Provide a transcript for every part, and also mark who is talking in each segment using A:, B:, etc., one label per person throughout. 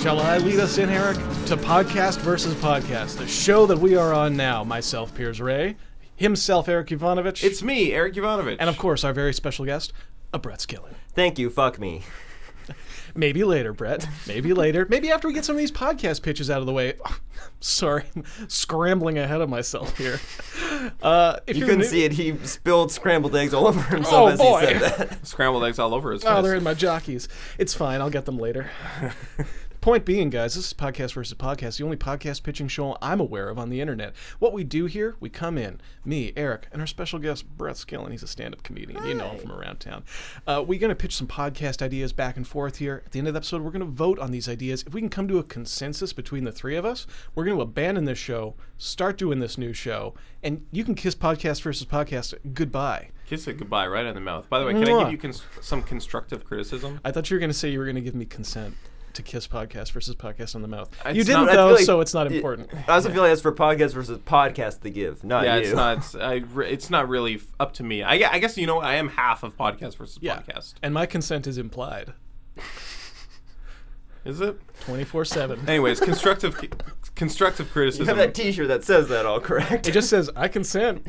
A: Shall I lead us in, Eric, to Podcast versus Podcast, the show that we are on now? Myself, Piers Ray, himself, Eric Ivanovich,
B: It's me, Eric Ivanovich.
A: and of course our very special guest, a Brett's Skillen.
C: Thank you, fuck me.
A: Maybe later, Brett. Maybe later. Maybe after we get some of these podcast pitches out of the way. Sorry, I'm scrambling ahead of myself here. Uh, if
C: You
A: are
C: couldn't
A: new-
C: see it. He spilled scrambled eggs all over himself
A: Oh
C: as
A: boy!
C: he said that.
B: Scrambled eggs all over his face.
A: Oh, they're in my jockeys. It's fine. I'll get them later. Point being, guys, this is Podcast versus Podcast, the only podcast pitching show I'm aware of on the internet. What we do here, we come in, me, Eric, and our special guest, Brett Skillen. He's a stand up comedian. You know him from around town. Uh, we're going to pitch some podcast ideas back and forth here. At the end of the episode, we're going to vote on these ideas. If we can come to a consensus between the three of us, we're going to abandon this show, start doing this new show, and you can kiss Podcast versus Podcast goodbye.
B: Kiss it goodbye right in the mouth. By the way, can I
A: Mwah.
B: give you cons- some constructive criticism?
A: I thought you were going to say you were going to give me consent to kiss podcast versus podcast on the mouth. you
B: It's
A: didn't
B: not- I
A: though,
C: feel like-
A: so it's not important.
C: I also feel like that's for podcast versus podcast to give, not
B: yeah,
C: you.
B: it's not. It's, I re- it's not really f- up to me. I, gue- I guess you know what, I am half of podcast versus
A: yeah,
B: podcast.
A: and my consent is implied,
B: Is it?
A: twenty four seven.
B: Anyways, constructive c- constructive
C: You
B: criticism.
C: have that T-shirt that says that all correct.
A: It just says I consent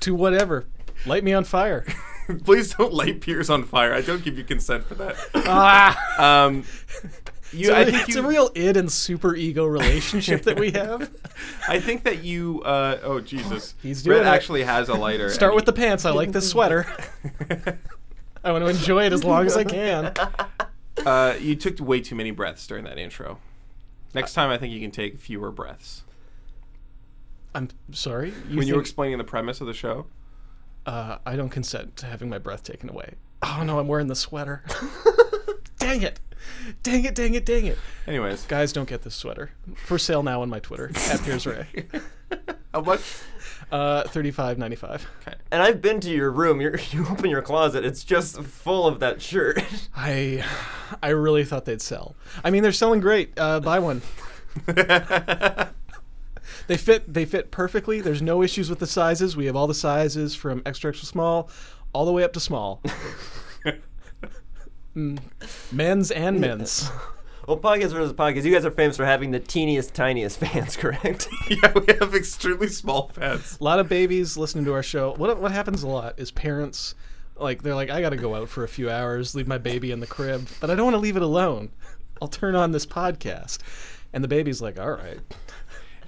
A: to whatever. Light me on fire.
B: Please don't light Piers on fire. I don't give you consent for that.
A: ah,
B: Um, you, I
A: it's,
B: think
A: a
B: you-
A: real id and super ego relationship that we have.
B: I think that you. Uh, oh Jesus!
A: He's
B: Brett
A: doing it.
B: actually has a lighter.
A: Start
B: and
A: with the pants. I like this sweater. I want to enjoy it as long as I can.
B: Uh, you took way too many breaths during that intro. Next time, I think you can take fewer breaths.
A: I'm sorry.
B: when you were
A: think-
B: explaining the premise of the show,
A: uh, I don't consent to having my breath taken away. Oh no, I'm wearing the sweater. dang it. Dang it, dang it, dang it.
B: anyways,
A: Guys, don't get this sweater. For sale now on my Twitter, at Piers Ray.
B: how much?
A: Uh, 35.95.
B: Okay.
C: And I've been to your room. You're, you open your closet. It's just full of that shirt.
A: I, I really thought they'd sell. I mean, they're selling great. Uh, buy one. They fit. They fit perfectly. There's no issues with the sizes. We have all the sizes from extra extra small, all the way up to small. Mm, men's and men's.
C: well, podcast versus podcast. You guys are famous for having the teeniest, tiniest fans, correct?
B: yeah, we have extremely small pets.
A: A lot of babies listening to our show. What what happens a lot is parents like they're like I got to go out for a few hours, leave my baby in the crib, but I don't want to leave it alone. I'll turn on this podcast. And the baby's like, "All right."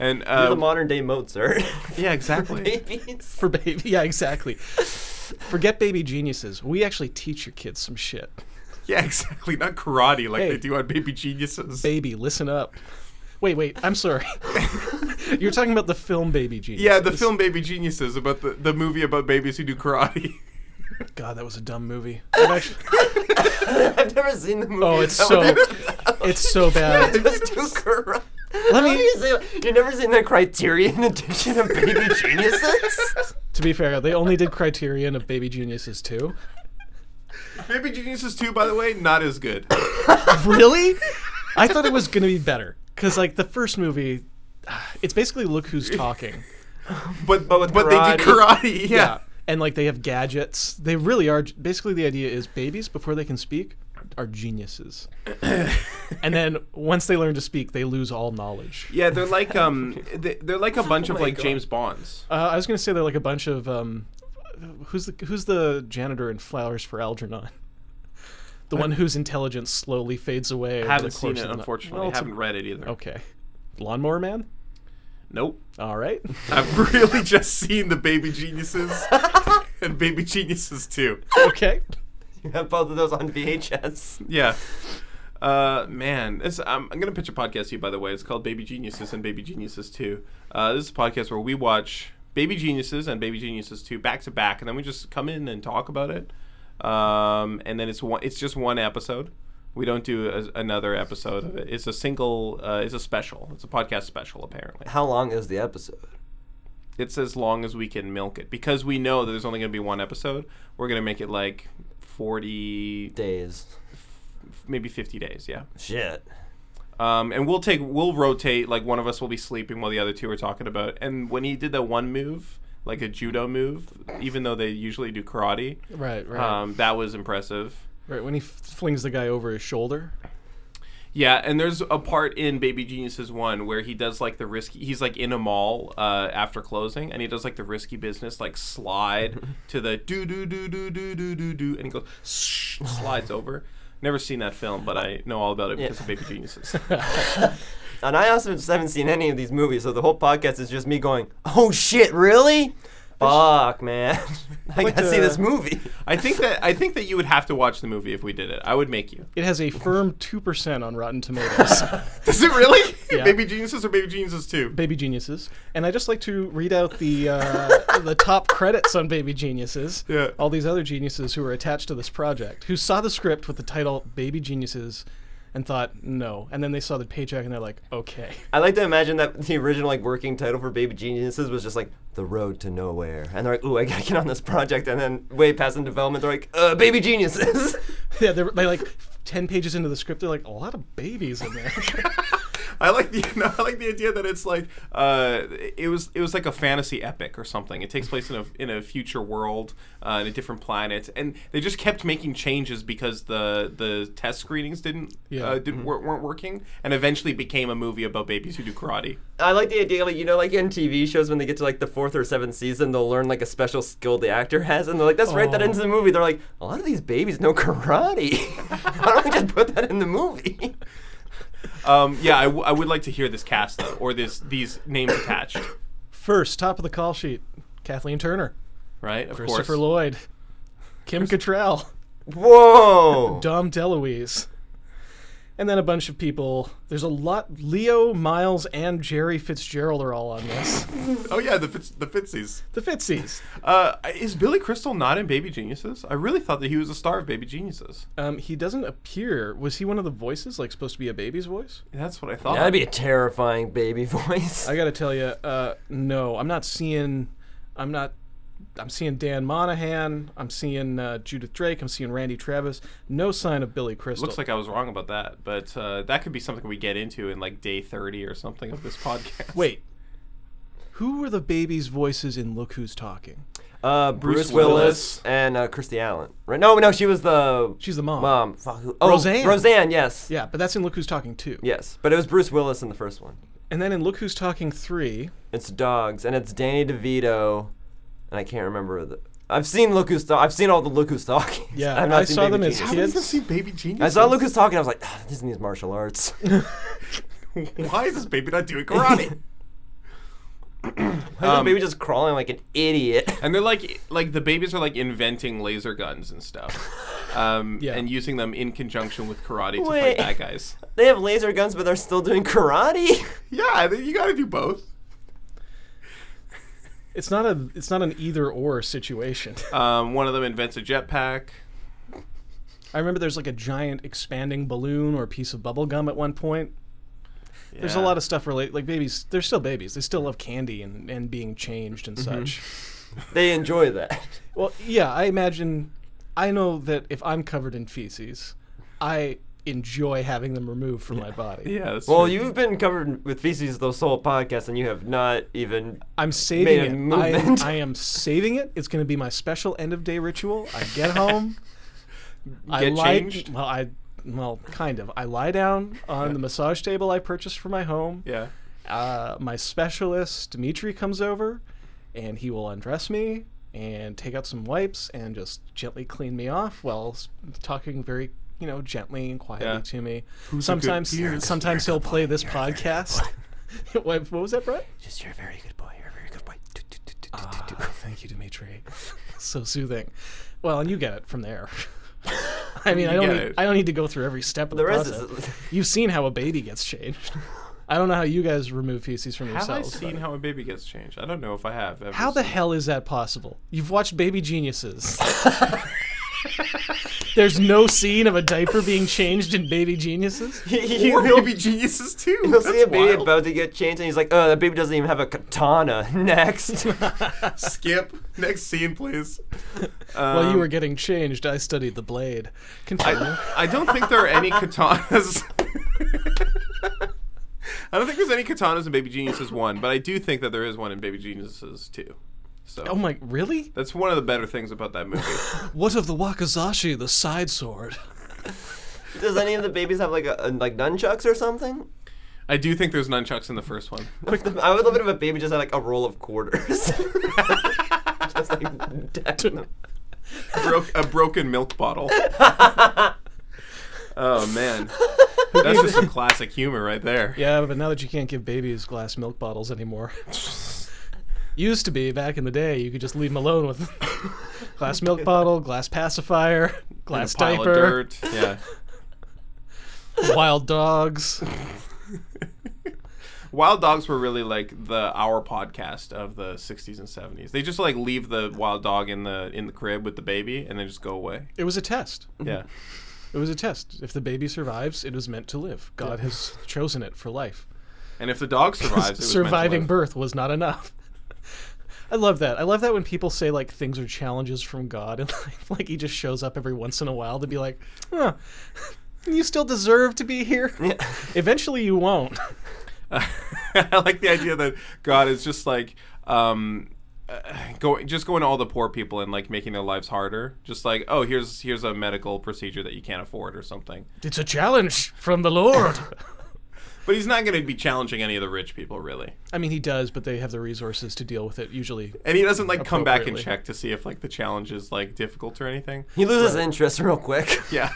B: And
C: You're
B: uh,
C: the modern day Mozart.
B: yeah, exactly.
C: Babies.
A: For baby. Yeah, exactly. Forget baby geniuses. We actually teach your kids some shit.
B: yeah, exactly. Not karate like
A: Hey.
B: they do on Baby Geniuses.
A: Baby, listen up. Wait, wait. I'm sorry. You're talking about the film Baby Geniuses.
B: yeah, the film Baby Geniuses about the, the movie about babies who do karate.
A: God, that was a dumb movie. I've actually-
C: I've never seen the movie.
A: oh, it's so it's so bad.
C: It's too corrupt.
A: Let
C: How
A: me-
C: do you say- You've never seen the Criterion edition of Baby Geniuses?
A: To be fair, they only did Criterion of Baby Geniuses too.
B: Baby Geniuses 2, by the way, not as good.
A: really? I thought it was gonna be better because like the first movie, it's basically look who's talking.
B: But
C: But
B: but,
C: with
B: they did karate. Yeah.
A: And like they have gadgets. They really are. Basically, the idea is babies before they can speak are geniuses, and then once they learn to speak, they lose all knowledge.
B: Yeah, they're like um, they, they're like a bunch of
C: my
B: like
C: God.
B: James Bonds.
A: Uh, I was gonna say they're like a bunch of um, who's the who's the janitor in Flowers for Algernon. The one whose intelligence slowly fades away. over
B: Uh, haven't
A: the
B: seen
A: course
B: it,
A: of the night.
B: unfortunately.
A: Well, it's a-
B: haven't read it either.
A: Okay. Lawnmower Man?
B: Nope.
A: All right.
B: I've really just seen the Baby Geniuses and Baby Geniuses too.
A: okay.
C: You have both of those on VHS.
B: Yeah. Uh, man, this, I'm, I'm gonna pitch a podcast to you. By the way, it's called Baby Geniuses and Baby Geniuses Two. Uh, this is a podcast where we watch Baby Geniuses and Baby Geniuses Two back to back, and then we just come in and talk about it. Um, and then it's one. It's just one episode. We don't do a, another episode of it. It's a single. Uh, it's a special. It's a podcast special, apparently.
C: How long is the episode?
B: it's as long as we can milk it because we know that there's only going to be one episode we're going to make it like 40
C: Days.
B: maybe 50 days yeah
C: Shit.
B: um, and we'll take we'll rotate like one of us will be sleeping while the other two are talking about and when he did that one move like a judo move even though they usually do karate
A: Right, right.
B: um, that was impressive
A: right when he f- flings the guy over his shoulder.
B: Yeah, and there's a part in Baby Geniuses one where he does like the risky. He's like in a mall uh, after closing, and he does like the risky business, like slide to the do do do do do do do do, and he goes shh, slides over. Never seen that film, but I know all about it because of Baby Geniuses.
C: And I also just haven't seen any of these movies, so the whole podcast is just me going, "Oh shit, really? Fuck, man! I
A: Like,
C: gotta see this
A: uh,
C: movie."
B: I think that I think that you would have to watch the movie if we did it. I would make you.
A: It has a firm 2% on Rotten Tomatoes.
B: Does it really?
A: Yeah.
B: Baby Geniuses or Baby Geniuses two?
A: Baby Geniuses. And I just like to read out the uh, the top credits on Baby Geniuses.
B: Yeah.
A: All these other geniuses who were attached to this project, who saw the script with the title Baby Geniuses and thought, no. And then they saw the paycheck and they're like, okay.
C: I like to imagine that the original like working title for Baby Geniuses was just like "The Road to Nowhere," and they're like, "Ooh, I gotta get on this project," and then way past in development, they're like, uh, "Baby Geniuses."
A: yeah, they're, they like 10 pages into the script, they're like, a lot of babies in there.
B: I like the no, I like the idea that it's like uh, it was it was like a fantasy epic or something. It takes place in a in a future world uh, in a different planet, and they just kept making changes because the the test screenings didn't
A: Yeah. Mm-hmm.
B: uh, didn't weren't, weren't working, and eventually became a movie about babies who do karate.
C: I like the idea, like you know, like in TV shows when they get to like the fourth or seventh season, they'll learn like a special skill the actor has, and they're like, "That's right, that
A: Oh.
C: ends the movie." They're like, "A lot of these babies know karate. Why don't we just put that in the movie?"
B: Um, yeah, I, w- I would like to hear this cast though, or this these names attached,
A: First, top of the call sheet Kathleen Turner,
B: right? Of
A: Christopher Lloyd, Kim Cattrall,
C: Whoa!
A: Dom DeLuise. And then a bunch of people. There's a lot. Leo, Miles, and Jerry Fitzgerald are all on this.
B: Oh yeah, the Fitz, the Fitzies.
A: The Fitzies.
B: Uh, is Billy Crystal not in Baby Geniuses? I really thought that he was a star of Baby Geniuses.
A: Um, he doesn't appear. Was he one of the voices, like supposed to be a baby's voice?
B: That's what I thought.
C: That'd be a terrifying baby voice.
A: I gotta tell you, uh, no, I'm not seeing. I'm not. I'm seeing Dan Monahan. I'm seeing uh, Judith Drake. I'm seeing Randy Travis. No sign of Billy Crystal.
B: Looks like I was wrong about that, but uh, that could be something we get into in like day 30 or something of this podcast.
A: Wait. Who were the babies' voices in Look Who's Talking?
C: Uh, Bruce,
B: Bruce
C: Willis,
B: Willis.
C: and uh, Christy Allen. Right? No, no, she was the
A: She's the mom.
C: mom. Fuck, who- oh,
A: Roseanne.
C: Roseanne, yes.
A: Yeah, but that's in Look Who's Talking 2.
C: Yes, but it was Bruce Willis in the first one.
A: And then in Look Who's Talking 3,
C: It's dogs, and it's Danny DeVito, and I can't remember the. I've seen Look Who's Talk. I've seen all the Look Who's Talking.
A: Yeah,
C: I've not
A: I
C: seen
A: saw
C: Baby
A: them as
C: Jesus.
B: How did you
A: Kids?
B: see Baby Genius?
C: I saw Look Who's Talking. I was like, ah, this needs martial arts.
B: Why is this baby not doing karate?
C: Why is the baby just crawling like an idiot?
B: and they're like, like the babies are like inventing laser guns and stuff, um,
A: Yeah.
B: and using them in conjunction with karate to fight
C: Wait.
B: bad guys.
C: they have laser guns, but they're still doing karate.
B: Yeah, I think you got to do both.
A: it's not a it's not an either or situation.
B: Um, one of them invents a jetpack.
A: I remember there's like a giant expanding balloon or piece of bubble gum at one point. There's a
B: Yeah.
A: lot of stuff related like babies they're still babies. They still love candy and, and being changed and
B: Mm-hmm.
A: such.
C: they enjoy that.
A: Well, yeah, I imagine I know that if I'm covered in feces, I enjoy having them removed from my body.
B: Yeah. That's
C: Well,
B: true.
C: you've been covered with feces this whole podcast, and you have not even.
A: I'm saving
C: a
A: it.
C: movement.
A: I, I am saving it. It's going to be my special end of day ritual. I get home. I
B: Get
A: lie,
B: changed?
A: Well, I well, kind of. I lie down on the massage table I purchased for my home.
B: Yeah.
A: Uh, my specialist Dimitri comes over, and he will undress me and take out some wipes and just gently clean me off while s- talking very you know gently and quietly
B: Yeah.
A: to me.
B: a good
A: sometimes
B: peer?
A: sometimes he'll play this podcast. what, what was that, Brett?
C: Just you're a very good boy. You're a very good boy. Do, do, do, do, do, do, do.
A: Ah, thank you, Dimitri. so soothing. Well, and you get it from there. I mean, I
B: You
A: don't.
B: get
A: Need,
B: it.
A: I don't need to go through every step of the,
C: The rest
A: process.
C: is.
A: You've seen how a baby gets changed. I don't know how you guys remove feces from
B: Have I
A: yourselves.
B: seen
A: but-
B: how a baby gets changed? I don't know if I have. Ever
A: how the hell is that possible? You've watched Baby Geniuses. There's no scene of a diaper being changed in Baby Geniuses.
C: He-
B: or
C: he'll-
B: baby geniuses too.
C: He'll see
B: That's
C: a baby
B: wild.
C: about to get changed, and he's like, "Oh, that baby doesn't even have a katana." Next,
B: Skip. Next scene, please.
A: While you
B: Um,
A: were getting changed, I studied the blade. Continue.
B: I, I don't think there are any katanas. I don't think there's any katanas in Baby Geniuses 1, but I do think that there is one in Baby Geniuses 2. So
A: oh my, really?
B: that's one of the better things about that movie.
A: What of the Wakazashi, the side sword?
C: Does any of the babies have like a, a- like nunchucks or something?
B: I do think there's nunchucks in the first one.
C: I would love it if a baby just had like a roll of quarters. just like decking them.
B: Bro- a broken milk bottle. oh man, that's just some classic humor right there.
A: Yeah, but now that you can't give babies glass milk bottles anymore. Used to be back in the day, you could just leave them alone with glass milk bottle, glass pacifier,
B: And
A: glass
B: a pile
A: diaper,
B: of dirt. Yeah.
A: wild dogs.
B: Wild dogs were really like the our podcast of the 60s and 70s. They just like leave the wild dog in the in the crib with the baby and then just go away.
A: It was a test.
B: Yeah.
A: It was a test. If the baby survives, it was meant to live. God has chosen it for life.
B: And if the dog survives, it was meant to
A: Surviving
B: live.
A: birth was not enough. I love that. I love that when people say like things are challenges from God and like, like he just shows up every once in a while to be like, huh, you still deserve to be here. Eventually you won't.
B: I like the idea that God is just like um, uh, going, just going to all the poor people and like making their lives harder. Just like, oh, here's here's a medical procedure that you can't afford or something.
A: It's a challenge from the Lord.
B: But he's not going to be challenging any of the rich people really,
A: I mean, he does, but they have the resources to deal with it usually.
B: and he doesn't like come back and
A: Appropriately.
B: check to see if like the challenge is like difficult or anything.
C: He loses interest real quick.
B: Yeah,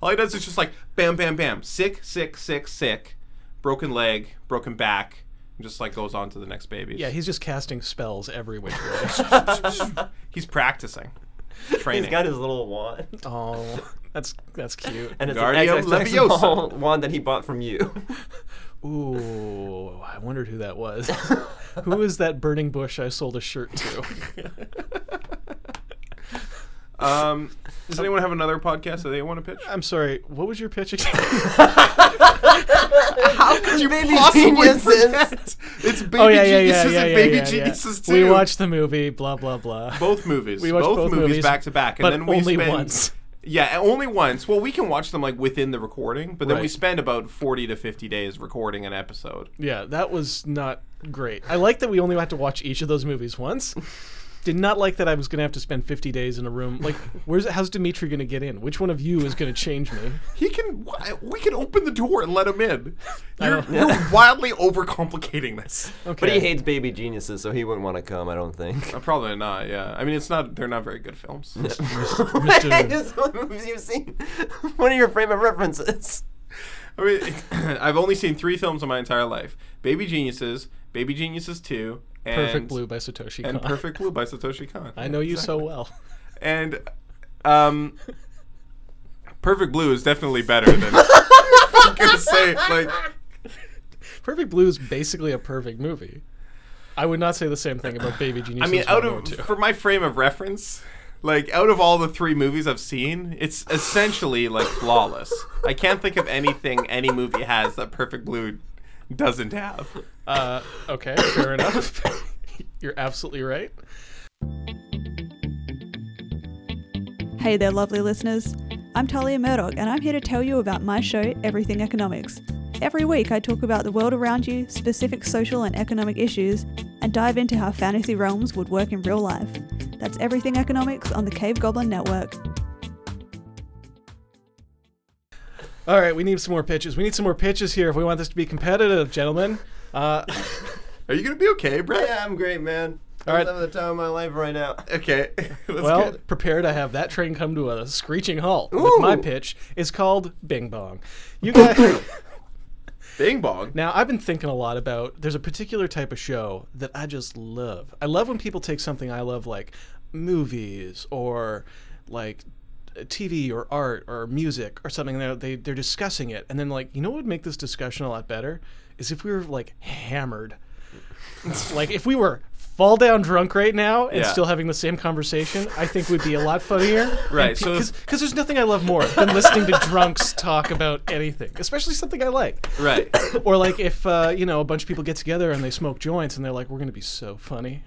B: all he does is just like bam, bam, bam, sick, sick, sick, sick, broken leg, broken back, and just like goes on to the next baby.
A: Yeah, he's just casting spells every which way.
B: he's practicing,
C: He's
B: training.
C: got his little wand,
A: oh, that's that's cute.
C: and it's
B: Wingardium
C: an XXXL
B: Leviosa.
C: wand that he bought from you.
A: Ooh, I wondered who that was. who is that burning bush I sold a shirt to?
B: Um, does anyone have another podcast that they want to pitch?
A: I'm sorry, what was your pitch again?
B: How could you
C: Baby Geniuses.
B: It's Baby
A: oh yeah, yeah, yeah,
B: Geniuses
A: yeah,
B: and
A: yeah,
B: Baby
A: yeah, yeah.
B: Geniuses too.
A: We watched the movie, blah blah blah.
B: both movies.
A: we watched
B: both,
A: both
B: movies
A: movies,
B: back to back, and
A: but
B: then we
A: only
B: spend,
A: once.
B: Yeah, and only once. Well, we can watch them like within the recording, but then we
A: Right.
B: spend about forty to fifty days recording an episode.
A: Yeah, that was not great. I like that we only had to watch each of those movies once. Did not like that I was gonna have to spend 50 days in a room. Like, where's how's Dimitri gonna get in? Which one of you is gonna change me?
B: He can. wh- We can open the door and let him in. You're,
A: don't-
B: you're wildly overcomplicating this.
A: Okay,
C: But he hates baby geniuses, so he wouldn't want to come. I don't think.
B: Uh, probably not. Yeah. I mean, it's not. They're not very good films.
A: Mr.
C: Just all the movies you've seen. One of your frame of references.
B: I mean, I've only seen three films in my entire life: Baby Geniuses, Baby Geniuses Two, and
A: Perfect Blue by Satoshi
B: and
A: Kon.
B: Perfect Blue by Satoshi Kon.
A: I know you so well.
B: And um, Perfect Blue is definitely better than. I'm gonna say like
A: Perfect Blue is basically a perfect movie. I would not say the same thing about Baby Genius.
B: I mean, out of for my frame of reference, like out of all the three movies I've seen, it's essentially like flawless. I can't think of anything any movie has that Perfect Blue doesn't have.
A: Uh, okay, fair enough. You're absolutely right.
D: Hey there, lovely listeners. I'm Talia Murdoch, and I'm here to tell you about my show, Everything Economics. Every week, I talk about the world around you, specific social and economic issues, and dive into how fantasy realms would work in real life. That's Everything Economics on the Cave Goblin Network.
A: All right, we need some more pitches. We need some more pitches here if we want this to be competitive, gentlemen. Uh,
B: Are you gonna be okay, Brett?
C: Yeah, I'm great, man.
A: All right.
C: I'm having the time of my life right now.
B: Okay. That's
A: well,
B: good.
A: prepare to have that train come to a screeching halt with my
C: Ooh.
A: pitch. It's called Bing Bong. You guys.
B: Bing bong.
A: Now, I've been thinking a lot about there's a particular type of show that I just love. I love when people take something I love, like movies or like TV or art or music or something, and they, they're discussing it. And then, like, you know what would make this discussion a lot better? Is if we were like hammered. like, if we were fall down drunk right now and
B: Yeah.
A: still having the same conversation, I think would be a lot funnier.
B: Right,
A: And pe-
B: so if-
A: because there's nothing I love more than listening to drunks talk about anything, especially something I like.
B: Right.
A: Or like if uh, you know a bunch of people get together and they smoke joints and they're like, "We're gonna be so funny,"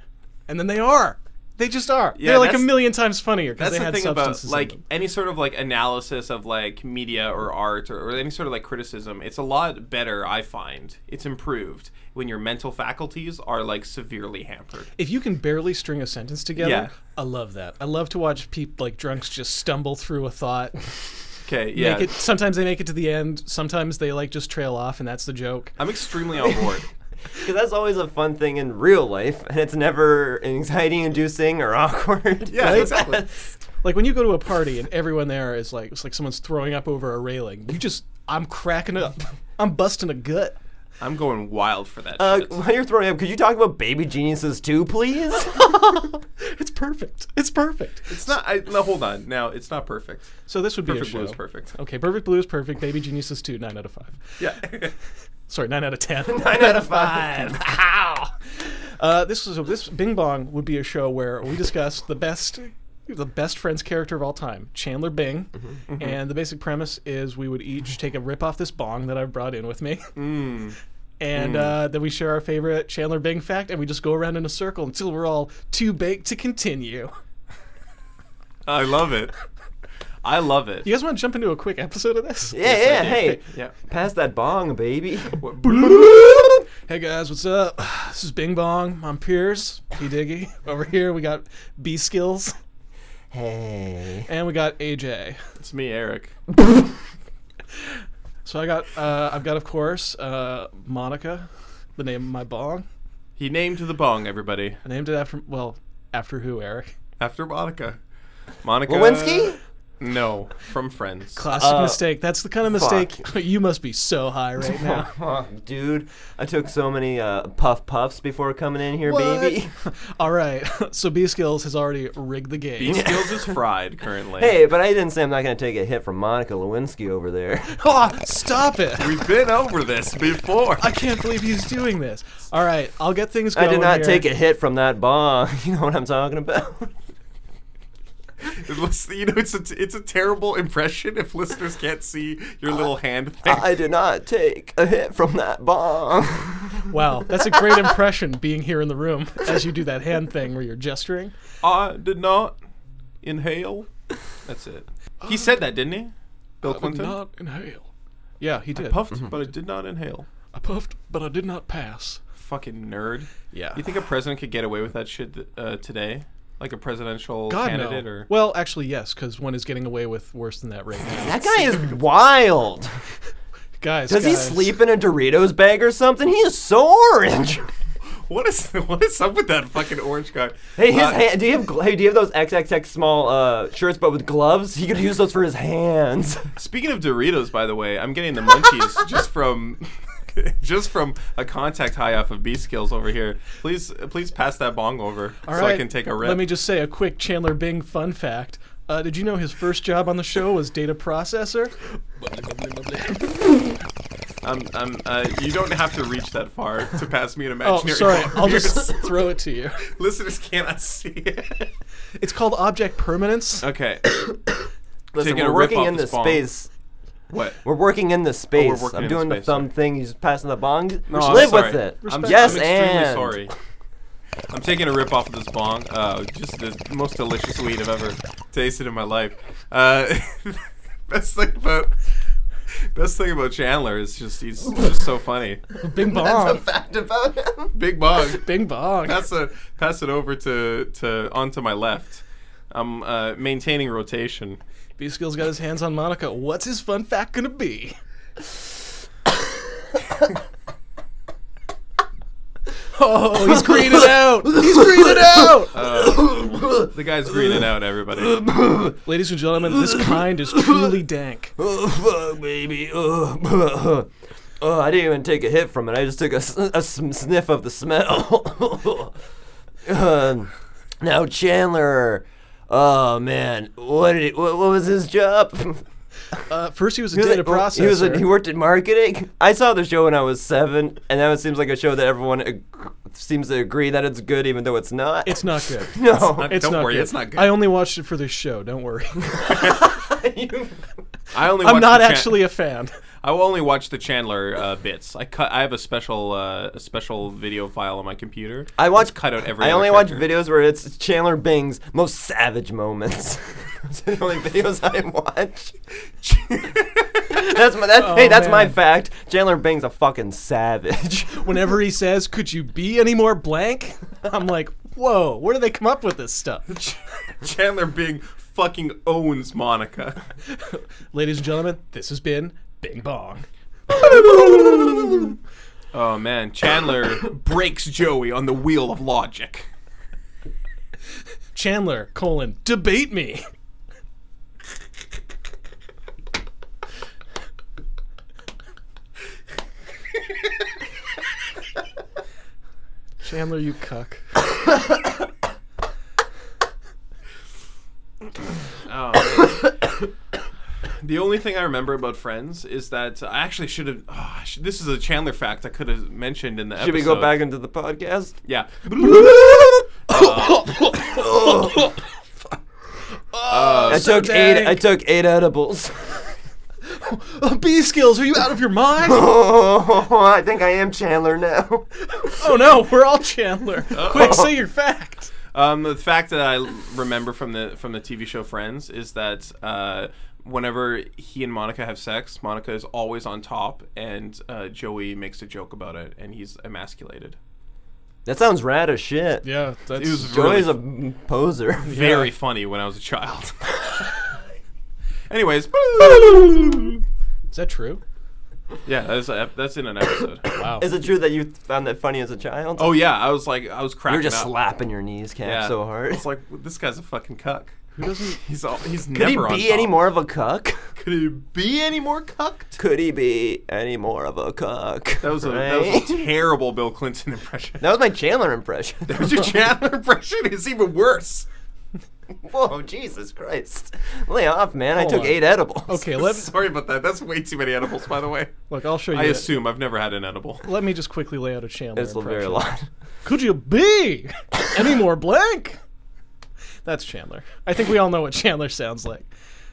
A: and then they are. They just are.
B: Yeah,
A: they're like a
B: that's-
A: million times funnier because they
B: That's the
A: had
B: thing about
A: substances. in
B: like
A: them.
B: any sort of like analysis of like media or art or, or any sort of like criticism. It's a lot better, I find. It's improved when your mental faculties are like severely hampered.
A: if you can barely string a sentence together,
B: Yeah.
A: I love that. I love to watch people like drunks just stumble through a thought.
B: Okay, yeah.
A: Make it, sometimes they make it to the end. Sometimes they like just trail off, and that's the joke.
B: I'm extremely on board.
C: Because that's always a fun thing in real life, and it's never anxiety-inducing or awkward.
B: Yeah,
C: It's the
B: exactly.
C: best.
A: Like when you go to a party and everyone there is like, it's like someone's throwing up over a railing. You just, I'm cracking up. I'm busting a gut.
B: I'm going wild for that.
C: Uh,
B: shit.
C: while you're throwing up, could you talk about Baby Geniuses too, please?
A: It's perfect. It's perfect.
B: It's not. I, no, hold on. Now it's not perfect.
A: So this would be
B: Perfect
A: a
B: blue
A: show.
B: is perfect.
A: Okay, perfect blue is perfect. Baby geniuses two nine out of five.
B: Yeah.
A: Sorry, nine out of ten.
C: Nine out of five.
A: Ow. Uh, this was this Bing Bong would be a show where we discuss the best the best friend's character of all time, Chandler Bing,
C: Mm-hmm.
A: and the basic premise is we would each take a rip off this bong that I've brought in with me.
C: Mm.
A: And uh, then we share our favorite Chandler Bing fact, and we just go around in a circle until we're all too baked to continue.
B: I love it. I love it.
A: You guys want to jump into a quick episode of this?
C: yeah, yeah, hey.
B: Yeah.
C: Pass that bong, baby.
B: What-
A: Hey guys, what's up? This is Bing Bong. I'm Piers P Diggy. Over here we got B Skills
C: Hey.
A: and we got AJ.
B: It's me, Eric.
A: So I got, uh, I've got of course uh, Monica, the name of my bong.
B: He named the bong, everybody,
A: I named it after, well, after who? Eric.
B: after Monica. Monica
C: Lewinsky?
B: No, from Friends.
A: Classic
C: Uh,
A: mistake. That's the kind of mistake you must be so high right now.
C: Oh, Dude, I took so many uh, puff puffs before coming in here,
A: What?
C: baby.
A: All right. So B Skills has already rigged the game.
B: Beef Skills is fried currently.
C: Hey, but I didn't say I'm not going to take a hit from Monica Lewinsky over there.
A: Ah, stop it.
B: We've been over this before.
A: I can't believe he's doing this. All right, I'll get things
C: I
A: going.
C: did not
A: here.
C: take a hit from that bong. You know what I'm talking about?
B: It was- you know, it's a, it's a terrible impression if listeners can't see your little hand thing.
C: I did not take a hit from that bong.
A: Wow, that's a great impression being here in the room as you do that hand thing where you're gesturing.
B: I did not inhale. That's it. He said that, didn't he? Bill Clinton.
A: not inhale. Yeah, he did. I
B: puffed, but I did not inhale.
A: puffed, but I did not pass.
B: Fucking nerd.
A: Yeah.
B: You think a president could get away with that shit uh, today? Like a presidential
A: God no.
B: candidate or
A: Well, actually, yes, because one is getting away with worse than that right now.
C: That guy is wild.
A: guys,
C: Does he
A: guys,
C: sleep in a Doritos bag or something? He is so orange.
B: what is what is up with that fucking orange guy?
C: Hey, his
B: Uh,
C: hand, do you have gl- hey, do you have those XXX small uh, shirts but with gloves? He could use those for his hands.
B: Speaking of Doritos, by the way, I'm getting the munchies just from just from a contact high off of B skills over here. Please please pass that bong over
A: All
B: so I
A: right,
B: can take a rip.
A: Let me just say a quick Chandler Bing fun fact. Uh, did you know his first job on the show was data processor?
B: I'm, I'm, uh, you don't have to reach that far to pass me an
A: Oh,
B: imaginary.
A: sorry.
B: bong.
A: I'll just
B: Yours-
A: throw it to you.
B: listeners cannot see it.
A: It's called object permanence.
B: Okay,
C: Listen,
B: Taking a
C: we're
B: rip
C: working
B: off
C: in
B: his
C: this
B: bong.
C: space.
B: what?
C: We're working in the
B: we're
C: space.
B: working
C: I'm
B: in
C: doing
B: the
C: the,
B: space,
C: thumb
B: sorry.
C: thing. He's passing the bong.
B: No,
C: Just
B: I'm
C: live
B: sorry.
C: with it.
A: Respect.
C: Yes,
B: I'm extremely
C: and
B: sorry. I'm taking a rip off of this bong. Uh, just the most delicious weed I've ever tasted in my life. Uh, best thing about best thing about Chandler is just he's just so funny.
A: Bing bong.
C: fact about him.
B: Big bong.
A: Bing bong.
B: Pass a pass it over to to onto my left. I'm uh, maintaining rotation.
A: B Skill's got his hands on Monica. What's his fun fact gonna be? oh, he's greened it out. He's greened it out.
B: Uh, The guy's greening out everybody.
A: Ladies and gentlemen, this kind is truly dank.
C: Oh fuck, baby. Oh, oh, I didn't even take a hit from it. I just took a, s- a s- sniff of the smell. um, now Chandler. Oh man, what did he, what, what was his job?
A: Uh, first, he was a
C: He was,
A: data
C: a- he, was a-
A: processor.
C: he worked in marketing. I saw the show when I was seven, and now it seems like a show that everyone ag- seems to agree that it's good, even though it's not.
A: It's not good.
C: no.
B: Not-
A: It's
B: don't
A: not
B: worry,
A: good.
B: it's not good.
A: I only watched it for this show. Don't worry.
B: I only
A: I'm
B: watch
A: not
B: the Chan-
A: actually a fan.
B: I will only watch the Chandler uh, bits. I cut. I have a special uh, a special video file on my computer.
C: I watch
B: It's cut out every.
C: I
B: other
C: only watch
B: character.
C: videos where it's Chandler Bing's most savage moments. Those are the only videos I watch. that's my that,
B: Oh,
C: hey, that's my
A: man.
C: fact. Chandler Bing's a fucking savage.
A: Whenever he says, "Could you be any more blank?" I'm like, "Whoa, where do they come up with this stuff?"
B: Chandler being fucking owns Monica.
A: Ladies and gentlemen, this has been Bing Bong.
B: Oh man, Chandler breaks Joey on the wheel of logic.
A: Chandler, colon, debate me. Chandler, you cuck.
B: Oh, man. the only thing I remember about Friends is that I actually should have. Oh, I should- this is a Chandler fact I could have mentioned in the
C: Should
B: episode.
C: we go back into the podcast?
B: Yeah.
C: I took eight. I took eight edibles.
A: B skills, are you out of your mind?
C: Oh, I think I am Chandler now.
A: oh no, we're all Chandler. Quick, say your fact.
B: Um, the fact that I l- remember from the from the TV show Friends is that uh, whenever he and Monica have sex, Monica is always on top, and uh, Joey makes a joke about it, and he's emasculated.
C: That sounds rad as shit.
A: Yeah, that's
B: It was really
C: Joey's a m- poser.
B: very funny when I was a child. Anyways,
A: Is that true?
B: yeah, that's that's in an episode.
A: Wow.
C: Is it true that you found that funny as a child?
B: Oh yeah, I was like, I was cracking.
C: You're just
B: up.
C: slapping your knees, Cap,
B: Yeah.
C: so hard.
B: It's like this guy's a fucking cuck.
A: Who doesn't
B: He's all, he's
C: Could he
B: never on
C: be
B: top.
C: any more of a cuck?
B: Could he be any more cucked?
C: Could he be any more of a cuck?
B: That was a
C: right?
B: that was a terrible Bill Clinton impression.
C: That was my Chandler impression.
B: That was your Chandler impression. It's even worse.
C: Whoa, Jesus Christ. Lay off, man. I
A: Hold
C: took
A: on.
C: eight edibles.
A: Okay, let
B: Sorry about that. That's way too many edibles, by the way.
A: look. I'll show you.
B: I
A: that.
B: assume I've never had an edible.
A: Let me just quickly lay out a Chandler.
C: It's a very
A: impression.
C: lot.
A: Could you be any more blank? That's Chandler. I think we all know what Chandler sounds like.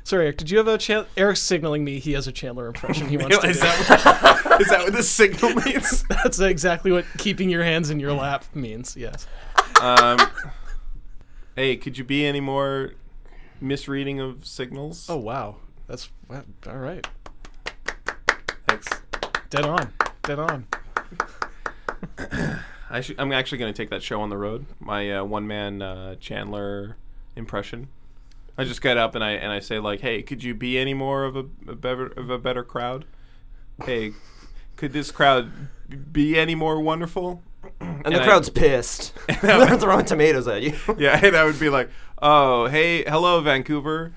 A: Sorry, Eric. Did you have a Chandler? Eric's signaling me he has a Chandler impression. He wants to
B: Is
A: do.
B: that, what, is that what this signal means?
A: That's exactly what keeping your hands in your lap means. Yes.
B: Um, hey, could you be any more misreading of signals?
A: Oh wow. That's wow, all right.
B: thanks.
A: Dead on. Dead on.
B: I should, I'm actually going to take that show on the road. My uh, one man uh, Chandler impression. I just get up and I and I say like, "Hey, could you be any more of a, a better of a better crowd? Hey, could this crowd be any more wonderful?"
C: And the
B: I-
C: crowd's pissed. They're throwing tomatoes at you.
B: Yeah, and I would be like, "Oh, hey, hello, Vancouver.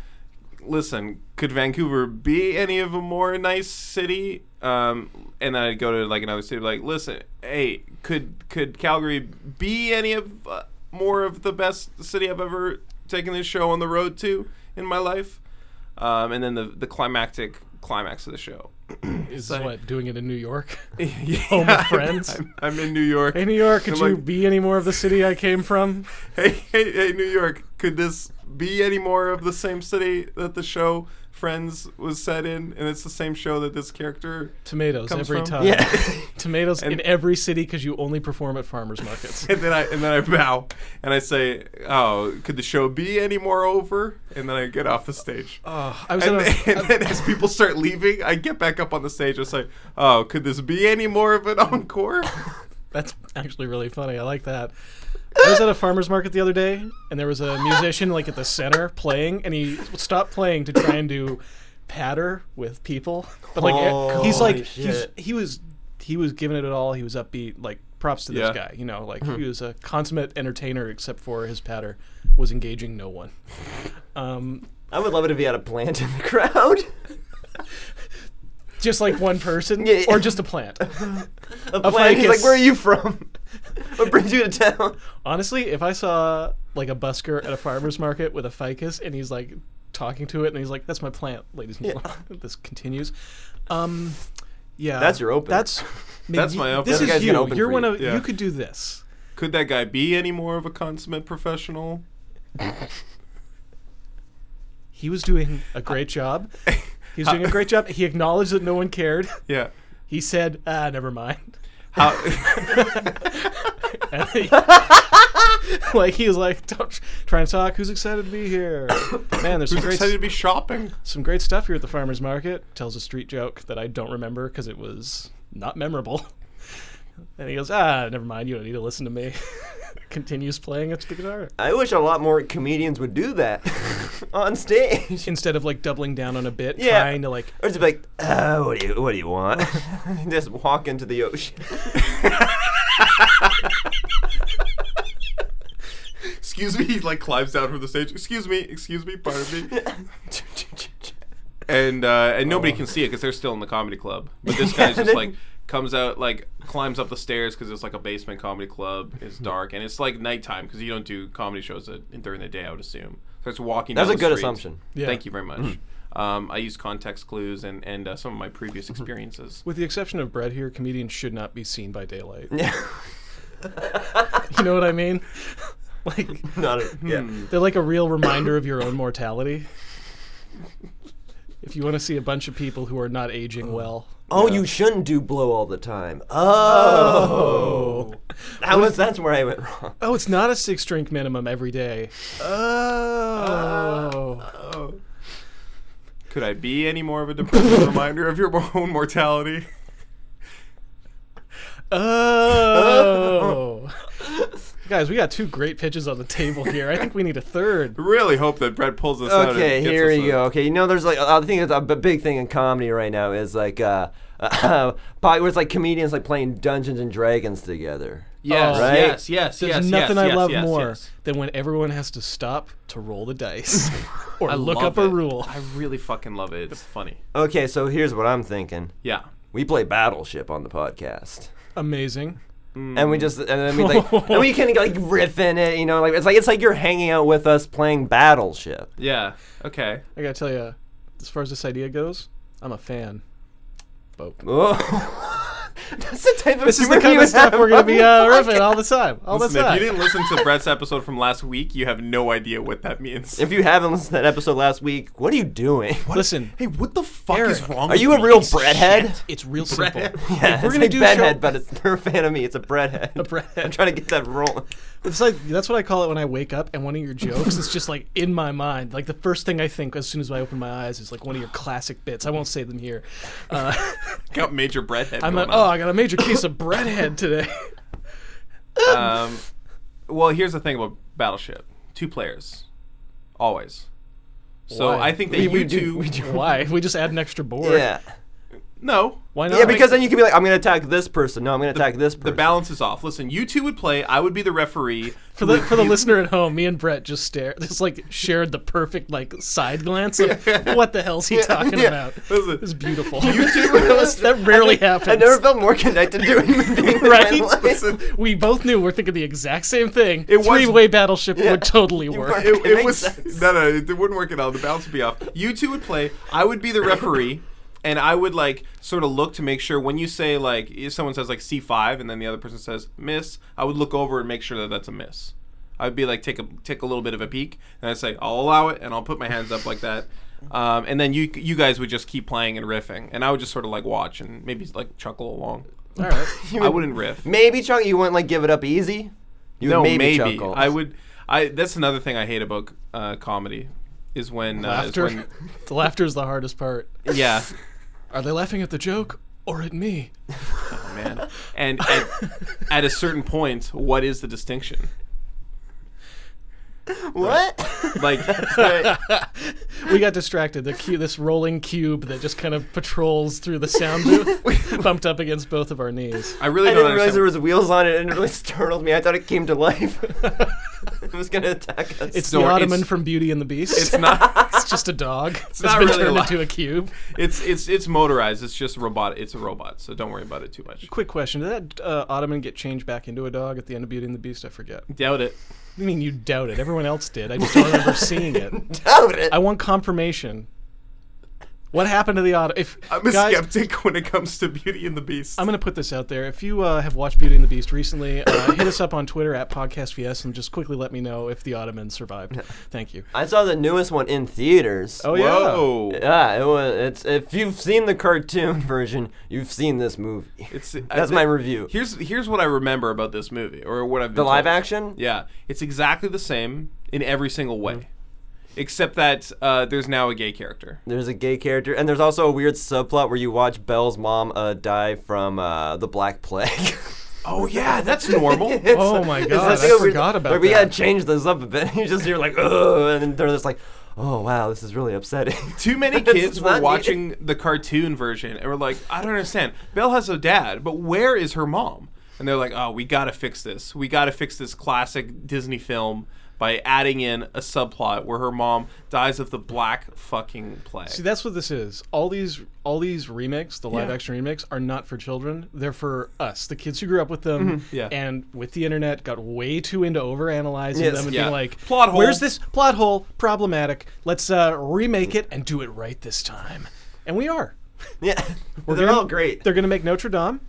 B: Listen, could Vancouver be any of a more nice city?" Um, and then I'd go to like another city, like, "Listen, hey, could could Calgary be any of uh, more of the best city I've ever taken this show on the road to in my life?" Um, and then the the climactic climax of the show.
A: Is
B: like-
A: what doing it in New York?
B: Home
A: with friends?
B: I'm, I'm in New York.
A: Hey New York, could
B: I'm
A: you
B: like-
A: be any more of the city I came from?
B: hey, hey, hey, New York, could this be any more of the same city that the show Friends was set in? And it's the same show that this character.
A: Tomatoes
B: Comes
A: every
B: from-
A: time.
C: Yeah.
A: Tomatoes
B: And-
A: in every city because you only perform at farmers markets.
B: And then I and then I bow and I say, "Oh, could the show be any more over?" And then I get off the stage.
A: Oh, I was
B: And
A: at a-
B: then, and then as people start leaving, I get back up on the stage. I say, "Oh, could this be any more of an encore?"
A: That's actually really funny. I like that. I was at a farmer's market the other day, and there was a musician like at the center playing, and he stopped playing to try and do patter with people. But like
C: Holy
A: he's like he's,
C: shit.
A: he was he was giving it all. He was upbeat. Like props to
B: Yeah.
A: this guy. You know, like he was a consummate entertainer, except for his patter was engaging no one. Um,
C: I would love it if he had a plant in the crowd.
A: just like one person,
C: Yeah.
A: or just a plant.
C: A plant. He's like,
A: ficus.
C: where are you from? what brings you to town?
A: Honestly, if I saw like a busker at a farmer's market with a ficus and he's like talking to it and he's like, "That's my plant, ladies and gentlemen." this continues. Um, yeah,
C: That's your opener.
A: That's
B: That's
A: you-
B: my opener.
A: This
B: That
A: is
C: guy's gonna
A: you.
C: open
A: You're
C: for
A: one
C: you.
A: of.
B: Yeah.
A: You could do this.
B: Could that guy be any more of a consummate professional?
A: He was doing a great job. He was doing a great job. He acknowledged that no one cared.
B: Yeah.
A: He said, "Ah, never mind."
B: How?
A: And he- like he was like, "Don't tr- try and talk. Who's excited to be here? Man, there's some
B: Who's
A: great
B: excited to be shopping?
A: some great stuff here at the farmers market. Tells a street joke that I don't remember because it was not memorable. And he goes, ah, never mind. You don't need to listen to me. continues playing its guitar
C: I wish a lot more comedians would do that on stage.
A: instead of like doubling down on a bit,
C: Yeah.
A: trying to like.
C: Or just be like, uh, what do you what do you want? just walk into the ocean.
B: Excuse me. He like climbs down from the stage. Excuse me. Excuse me. Pardon me. and uh, and nobody can see it because they're still in the comedy club. But this guy's
C: Yeah,
B: just
C: they-
B: like comes out like climbs up the stairs because it's like a basement comedy club. It's dark and it's like nighttime because you don't do comedy shows at, during the day. I would assume. So it's walking.
C: That's
B: down
C: a
B: the
C: good
B: street.
C: assumption. Hmm.
A: Yeah.
B: Thank you very much. Um, I use context clues and and uh, some of my previous experiences.
A: With the exception of Brett here, comedians should not be seen by daylight.
C: Yeah.
A: You know what I mean? like
C: Not a, yeah.
B: Hmm.
A: they're like a real reminder of your own mortality. If you want to see a bunch of people who are not aging well,
C: Oh, you shouldn't do blow all the time. Oh, that was that's where I went wrong.
A: oh, it's not a six drink minimum every day. Oh,
B: Could I be any more of a depressing reminder of your own mortality?
A: oh. Guys, we got two great pitches on the table here. I think we need a third.
B: Really hope that Brett pulls this out. and
C: Okay,
B: gets
C: here
B: us
C: you
B: a-
C: go. Okay, you know, there's like I think it's a b- big thing in comedy right now is like uh, uh probably where it's like comedians like playing Dungeons and Dragons together.
B: Yes,
A: Oh. Right?
B: yes, yes,
A: There's
B: yes.
A: nothing
B: yes,
A: I
B: yes,
A: love
B: yes,
A: more
B: yes.
A: than when everyone has to stop to roll the dice or
B: I
A: look
B: love
A: up a
B: it.
A: rule.
B: I really fucking love it. It's funny.
C: Okay, so here's what I'm thinking.
B: Yeah.
C: We play Battleship on the podcast.
A: Amazing.
C: And we just and then we like and we can like riff in it, you know, like it's like it's like you're hanging out with us playing Battleship.
B: Yeah. Okay.
A: I gotta tell you, as far as this idea goes, I'm a fan. Boat.
C: Oh. That's the type of
A: This is
C: humor
A: the kind
C: you
A: of stuff
C: have
A: we're gonna
C: on
A: be
C: the
A: uh,
C: podcast.
A: riffing all the time. All the
B: Listen, if
A: time.
B: you didn't listen to Brett's episode from last week, you have no idea what that means.
C: If you haven't listened to that episode last week, what are you doing?
A: Listen,
B: hey, what the fuck is
A: Eric,
B: wrong?
C: Are
B: with
C: you a
B: me?
C: real
B: It's
C: breadhead?
A: it's real simple.
C: Yeah,
A: we're
C: it's
A: gonna
C: like
A: do
C: bedhead,
A: show-
C: but it's they're a fan of me. It's a breadhead. A
A: breadhead.
C: I'm trying to get that rolling.
A: It's like that's what I call it when I wake up and one of your jokes is just like in my mind. Like the first thing I think as soon as I open my eyes is like one of your classic bits. I won't say them here. Uh,
B: Got major breadhead.
A: I'm like,
B: going
A: oh,
B: on.
A: I got a major case of breadhead today. Oh.
B: Um, well, here's the thing about Battleship: two players, always. So
A: Why?
B: I think that
C: We-
B: you
C: we do-
B: two.
C: we do-
A: Why? We just add an extra board.
C: Yeah.
B: No.
A: Why not?
C: Yeah, because then you can be like, I'm gonna attack this person. No, I'm gonna attack this
B: The
C: person.
B: balance is off. Listen, you two would play. I would be the referee.
A: for the for the listener at home, me and Brett just stare just like shared the perfect like side glance of what the hell's he talking
C: yeah.
A: about.
B: Listen.
A: It's beautiful.
C: Listen,
A: that rarely
C: I
A: happens.
C: never felt more connected to a human being in my
A: Right?
C: life.
B: Listen,
A: we both knew we're thinking the exact same thing.
B: It was-
A: Three way battleship would totally work.
C: were-
B: it,
C: It
B: it
C: makes
B: was
C: sense.
B: no, no. It wouldn't work at all. The balance would be off. You two would play. I would be the referee, and I would like sort of look to make sure when you say like if someone says like C five, and then the other person says miss. I would look over and make sure that that's a miss. I would be like take a take a little bit of a peek, and I would say I'll allow it, and I'll put my hands up like that. Um, and then you you guys would just keep playing and riffing, and I would just sort of like watch and maybe like chuckle along.
A: All right.
B: I wouldn't riff.
C: Maybe Chuck, you wouldn't like give it up easy. You would
B: no, maybe,
C: chuckle.
B: I would. I that's another thing I hate about uh, comedy is when uh, is
A: Laughter.
B: when
A: the laughter is the hardest part.
B: yeah,
A: Are they laughing at the joke or at me?
B: oh, man. And at, at a certain point, what is the distinction?
C: What?
B: Like,
A: We got distracted. The cu- this rolling cube that just kind of patrols through the sound booth bumped up against both of our knees.
B: I really
C: I
B: don't
C: didn't realize there
B: understand.
C: was wheels on it, and it really startled me. I thought it came to life. it was gonna attack us.
A: It's
B: So
A: the
B: it's-
A: ottoman from Beauty and the Beast.
B: It's not.
A: It's just a dog. It's
B: not
A: been
B: really
A: turned
B: alive.
A: into a cube.
B: It's it's it's motorized. It's just robot. It's a robot. So don't worry about it too much.
A: Quick question: Did that uh, ottoman get changed back into a dog at the end of Beauty and the Beast? I forget.
B: Doubt it.
A: I mean, you doubt it. Everyone else did. I just don't remember seeing it.
C: doubt it.
A: I want confirmation. What happened to the ottoman? If
B: I'm a
A: guys,
B: skeptic when it comes to Beauty and the Beast.
A: I'm going to put this out there. If you uh, have watched Beauty and the Beast recently, uh, hit us up on Twitter at PodcastVS and just quickly let me know if the ottoman survived. Thank you.
C: I saw the newest one in theaters.
A: Oh yeah.
B: Whoa.
C: Yeah, it was. It's if you've seen the cartoon version, you've seen this movie.
B: It's
C: That's my review.
B: Here's here's what I remember about this movie, or what I've been
C: the live
B: told.
C: action.
B: Yeah, it's exactly the same in every single
A: Mm.
B: way, except that uh, there's now a gay character.
C: There's a gay character, and there's also a weird subplot where you watch Belle's mom uh, die from uh, the Black Plague.
B: Oh yeah, that's normal.
A: Oh my god,
C: It's like
A: I
C: over-
A: forgot about
C: like,
A: that.
C: We gotta change this up a bit. You just hear like, oh, and then they're just like, oh wow, this is really upsetting.
B: Too many
C: It's
B: kids
C: not
B: were
C: needed.
B: watching the cartoon version and were like, I don't understand. Belle has a dad, but where is her mom? And they're like, oh, we gotta fix this. We gotta fix this classic Disney film by adding in a subplot where her mom dies of the black fucking plague.
A: See, that's what this is. All these, all these remakes, the live
B: Yeah.
A: action remakes, are not for children. They're for us, the kids who grew up with them,
B: Mm-hmm. Yeah.
A: and with the internet, got way too into overanalyzing
C: Yes.
A: them and
B: Yeah.
A: being like,
B: Plot hole.
A: Where's this plot hole? Problematic. Let's uh, remake it and do it right this time." And we are.
C: yeah, well, they're
A: gonna-
C: all great.
A: They're going to make Notre Dame.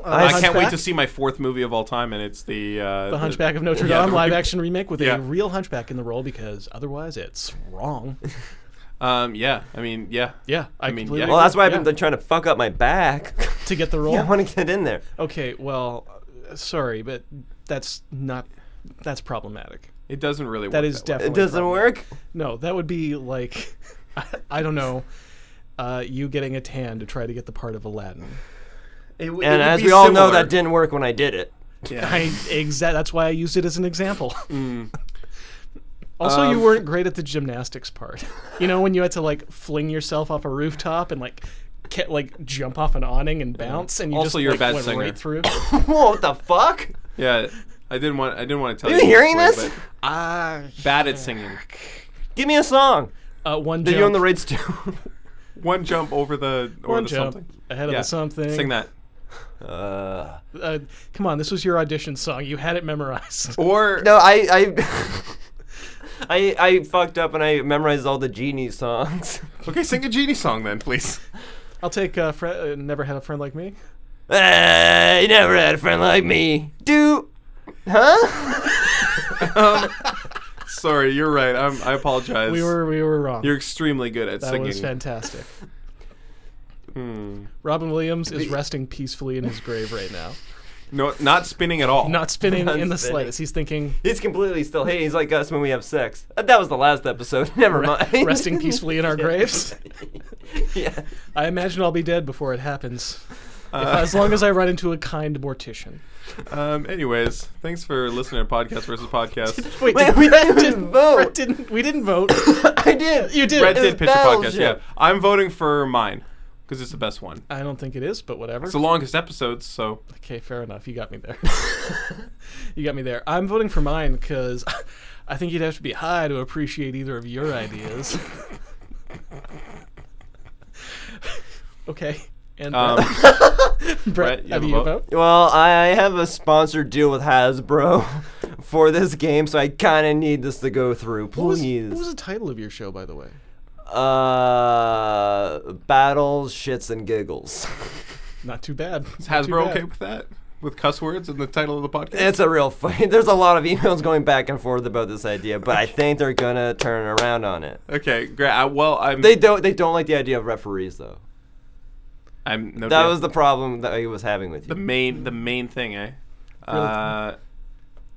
A: uh,
C: I
B: I can't wait
A: Hunchback.
B: to see my fourth movie of all time, and it's the uh,
A: The Hunchback of Notre
B: Yeah,
A: Dame
B: the-
A: live action remake with
B: Yeah.
A: a real hunchback in the role because otherwise it's wrong.
B: Um, yeah, I mean, yeah,
A: Yeah, I,
B: I mean,
A: completely
B: yeah.
A: agree.
C: well, that's why I've
A: Yeah.
C: been trying to fuck up my back.
A: to get the role.
C: I want to get in there.
A: Okay, well, uh, sorry, but that's not that's problematic.
B: It doesn't really.
A: That
B: work
A: is
B: that way.
A: definitely
C: It doesn't
A: problematic.
C: work.
A: No, that would be like I, I don't know, uh, you getting a tan to try to get the part of Aladdin.
B: It w- it
C: And
B: would
C: as
B: be
C: we all know,
B: similar.
C: that didn't work when I did it.
B: Yeah.
A: I exa- that's why I used it as an example.
B: Mm.
A: Also, you
B: Um,
A: weren't great at the gymnastics part. You know when you had to like fling yourself off a rooftop and like ca- like jump off an awning and bounce, and you
B: Also,
A: just
B: you're a
A: like,
B: bad
A: went
B: singer.
A: right through.
C: Whoa, what the fuck?
B: Yeah, I didn't want. I didn't want to tell
C: Are
B: you.
C: you hearing
B: way,
C: this?
A: Ah,
B: but Bad at singing.
C: Give me a song.
A: uh, one
C: Did
A: jump,
C: you on the Raids too?
B: One jump over the over
A: one
B: the
A: jump
B: something.
A: ahead
B: Yeah.
A: of the something.
B: Sing that.
C: uh,
A: Uh, come on, this was your audition song. You had it memorized.
B: Or
C: no, I, I, I, I fucked up and I memorized all the genie songs.
B: okay, sing a genie song then, please.
A: I'll take uh, fri uh, "Never Had a Friend Like Me."
C: I Uh, never had a friend like me. Do, huh?
B: Sorry, you're right. I'm, I apologize.
A: We were we were wrong.
B: You're extremely good at
A: that
B: singing.
A: was fantastic.
B: Hmm.
A: Robin Williams is resting peacefully in his grave right now,
B: No, not spinning at all.
A: not spinning
C: Not
A: in the
C: spinning.
A: slightest. He's thinking,
C: He's completely still. Hey, he's like us when we have sex. Uh, That was the last episode. Never mind.
A: resting peacefully in our graves.
C: yeah.
A: I imagine I'll be dead before it happens.
B: Uh,
A: as long as I run into a kind mortician.
B: um, anyways, thanks for listening to Podcast versus Podcast.
A: Wait,
C: Wait,
A: did,
C: we didn't vote.
A: Brett didn't we didn't vote?
C: I did.
A: You did.
B: Brett
C: It
B: did
C: was
B: pitch a podcast. Yeah,
C: Battleship.
B: I'm voting for mine because it's the best one.
A: I don't think it is, but whatever.
B: It's the longest episode, so
A: Okay, fair enough. You got me there. you got me there. I'm voting for mine because I think you'd have to be high to appreciate either of your ideas. okay. And
B: um,
A: Brett, Brett,
B: Brett, you
A: have
B: have a
A: you a
B: vote?
A: vote?
C: Well, I have a sponsored deal with Hasbro for this game, so I kind of need this to go through.
A: What was,
C: Please.
A: what was the title of your show, by the way?
C: uh, battles, shits, and giggles.
A: Not too bad.
B: is
A: Not too
B: Hasbro
A: bad.
B: okay with that? With cuss words in the title of the podcast?
C: It's a real fight. There's a lot of emails going back and forth about this idea, but I think they're gonna turn around on it.
B: Okay, great. I, well, I'm.
C: They don't. They don't like the idea of referees, though.
B: I'm no
C: That
B: doubt.
C: was the problem that I was having with
B: the
C: you.
B: main the main thing, eh? Uh,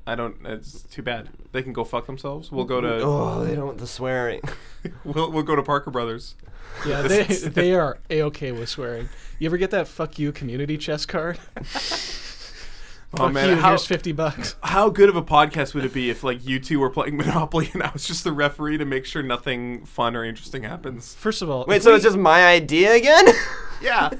B: I don't. It's too bad. They can go fuck themselves. We'll go to
C: Oh, they don't want the swearing.
B: we'll, we'll go to Parker Brothers.
A: Yeah, they, they are a okay with swearing. You ever get that "fuck you" community chess card?
B: Oh
A: fuck
B: man,
A: you.
B: how
A: Here's fifty bucks.
B: how good of a podcast would it be if like you two were playing Monopoly and I was just the referee to make sure nothing fun or interesting happens?
A: First of all,
C: Wait,
A: if
C: so
A: we-
C: it's just my idea again?
B: Yeah.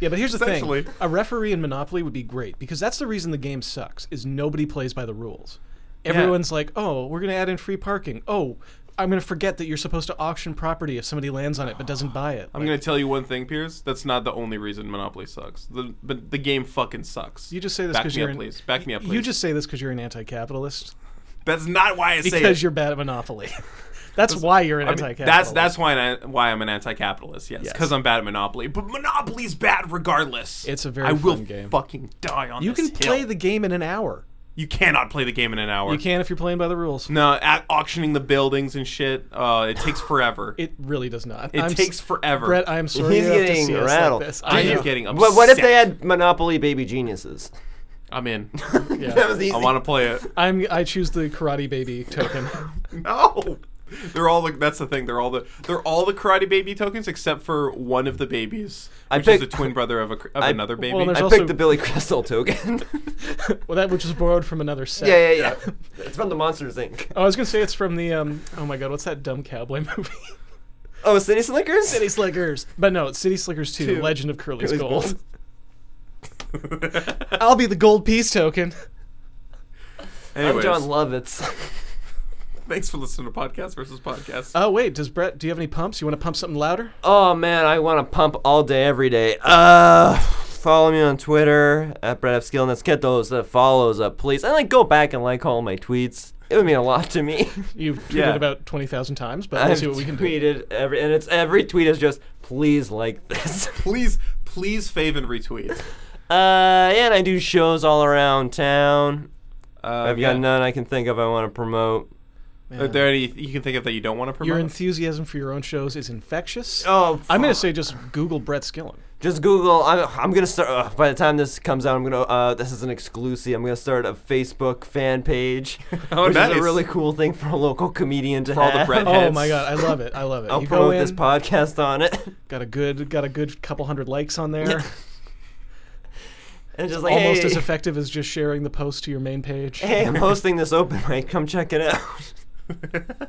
A: Yeah, but here's the
B: Essentially.
A: thing: a referee in Monopoly would be great because that's the reason the game sucks. Is nobody plays by the rules. Everyone's like, "Oh, we're gonna add in free parking. Oh, I'm gonna forget that you're supposed to auction property if somebody lands on it but doesn't buy it."
B: I'm
A: Like,
B: gonna tell you one thing, Piers. That's not the only reason Monopoly sucks. The but the game fucking sucks.
A: You just say this
B: Back
A: because
B: me
A: you're
B: up,
A: an-
B: please. Back me up, please.
A: You just say this because you're an anti-capitalist.
B: That's not why I say
A: Because
B: it.
A: you're bad at Monopoly. that's why you're an
B: I mean,
A: anti-capitalist.
B: that's that's why I, why I'm an anti-capitalist. Yes,
A: Yes.
B: because I'm bad at Monopoly. But Monopoly's bad regardless.
A: It's a very
B: I will
A: fun game.
B: fucking die on.
A: You
B: this
A: can play
B: hill.
A: the game in an hour.
B: You cannot play the game in an hour.
A: You can if you're playing by the rules.
B: No, at auctioning the buildings and shit. Uh, it takes forever.
A: It really does not.
B: It
A: I'm s-
B: takes forever.
A: Brett, I'm sorry.
C: He's
A: you have
C: getting
A: to see us
C: rattled.
A: Like this.
B: I
A: I
B: am
A: know.
B: getting upset.
C: but what if they had Monopoly Baby Geniuses?
B: I'm in.
A: Yeah.
C: That was easy.
B: I want to play it.
A: I'm I choose the Karate Baby token.
B: No. They're all like that's the thing. They're all the they're all the Karate Baby tokens except for one of the babies,
C: I
B: which is the
C: picked-
B: twin brother of, a, cr- of
C: I-
B: another baby.
A: Well, there's
C: I
A: also-
C: picked the Billy Crystal token.
A: Well, that was just borrowed from another set.
C: yeah, yeah, yeah. It's from the Monsters Inc.
A: Oh, I was gonna say it's from the um. Oh my God, what's that dumb cowboy movie?
C: Oh, City Slickers.
A: City Slickers. But no, it's City Slickers 2,
C: Two.
A: Legend of Curly's,
C: Curly's
A: Gold.
C: Gold.
A: I'll be the gold piece token.
C: I'm
B: Anyways,
C: John Lovitz.
B: thanks for listening to Podcast versus Podcast.
A: Oh wait, does Brett? Do you have any pumps? You want to pump something louder?
C: Oh man, I want to pump all day, every day. Uh, follow me on Twitter at Brett F. Skill, and that's get those that follows up, please. And like go back and like all my tweets. It would mean a lot to me.
A: You've tweeted
B: Yeah.
A: about twenty thousand times, but
C: I've
A: we'll see what we can do.
C: tweeted every, and it's every tweet is just please like this.
B: Please, please fave and retweet.
C: Uh, yeah, and I do shows all around town.
B: Uh,
C: I've
B: yeah.
C: got none I can think of I want to promote.
B: Are there any you can think of that you don't want to promote?
A: Your enthusiasm for your own shows is infectious.
C: Oh,
A: I'm gonna
C: fuck.
A: say just Google Brett Skillen.
C: Just Google. I'm, I'm gonna start. Uh, by the time this comes out, I'm gonna. Uh, this is an exclusive. I'm gonna start a Facebook fan page,
B: Oh,
C: which is
B: nice.
C: a really cool thing for a local comedian to
B: For all
C: have.
B: the bread.
A: Oh
B: Yes.
A: my God, I love it. I love it.
C: I'll
A: you go
C: promote
A: in,
C: this podcast on it,
A: got a good, got a good couple hundred likes on there.
C: and just like
A: Almost
C: hey,
A: as effective as just sharing the post to your main page.
C: hey, I'm hosting this open mic. Come check it out.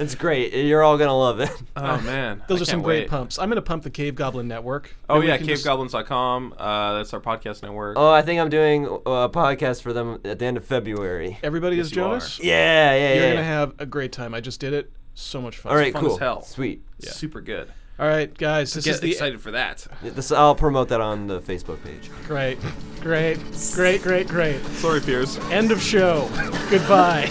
C: it's great. You're all gonna love it.
B: oh man,
A: Those
B: I
A: are some
B: can't
A: great
B: wait.
A: pumps. I'm gonna pump the Cave Goblin Network.
B: Oh
A: Maybe we
B: yeah,
A: can just-
B: cavegoblins.com. Uh, that's our podcast network.
C: Oh, I think I'm doing uh, a podcast for them at the end of February.
A: Everybody
B: Yes,
A: is
B: you are.
A: Jonas.
C: Yeah, yeah,
A: You're
C: yeah.
A: gonna have a great time. I just did it. So much fun.
C: all right,
B: fun
C: cool.
B: as hell.
C: Sweet.
B: It's Super good.
A: All right, guys. This
B: Get
A: is the
B: excited for that.
C: This, I'll promote that on the Facebook page.
A: great, great, great, great, great.
B: Sorry, Piers.
A: End of show. Goodbye.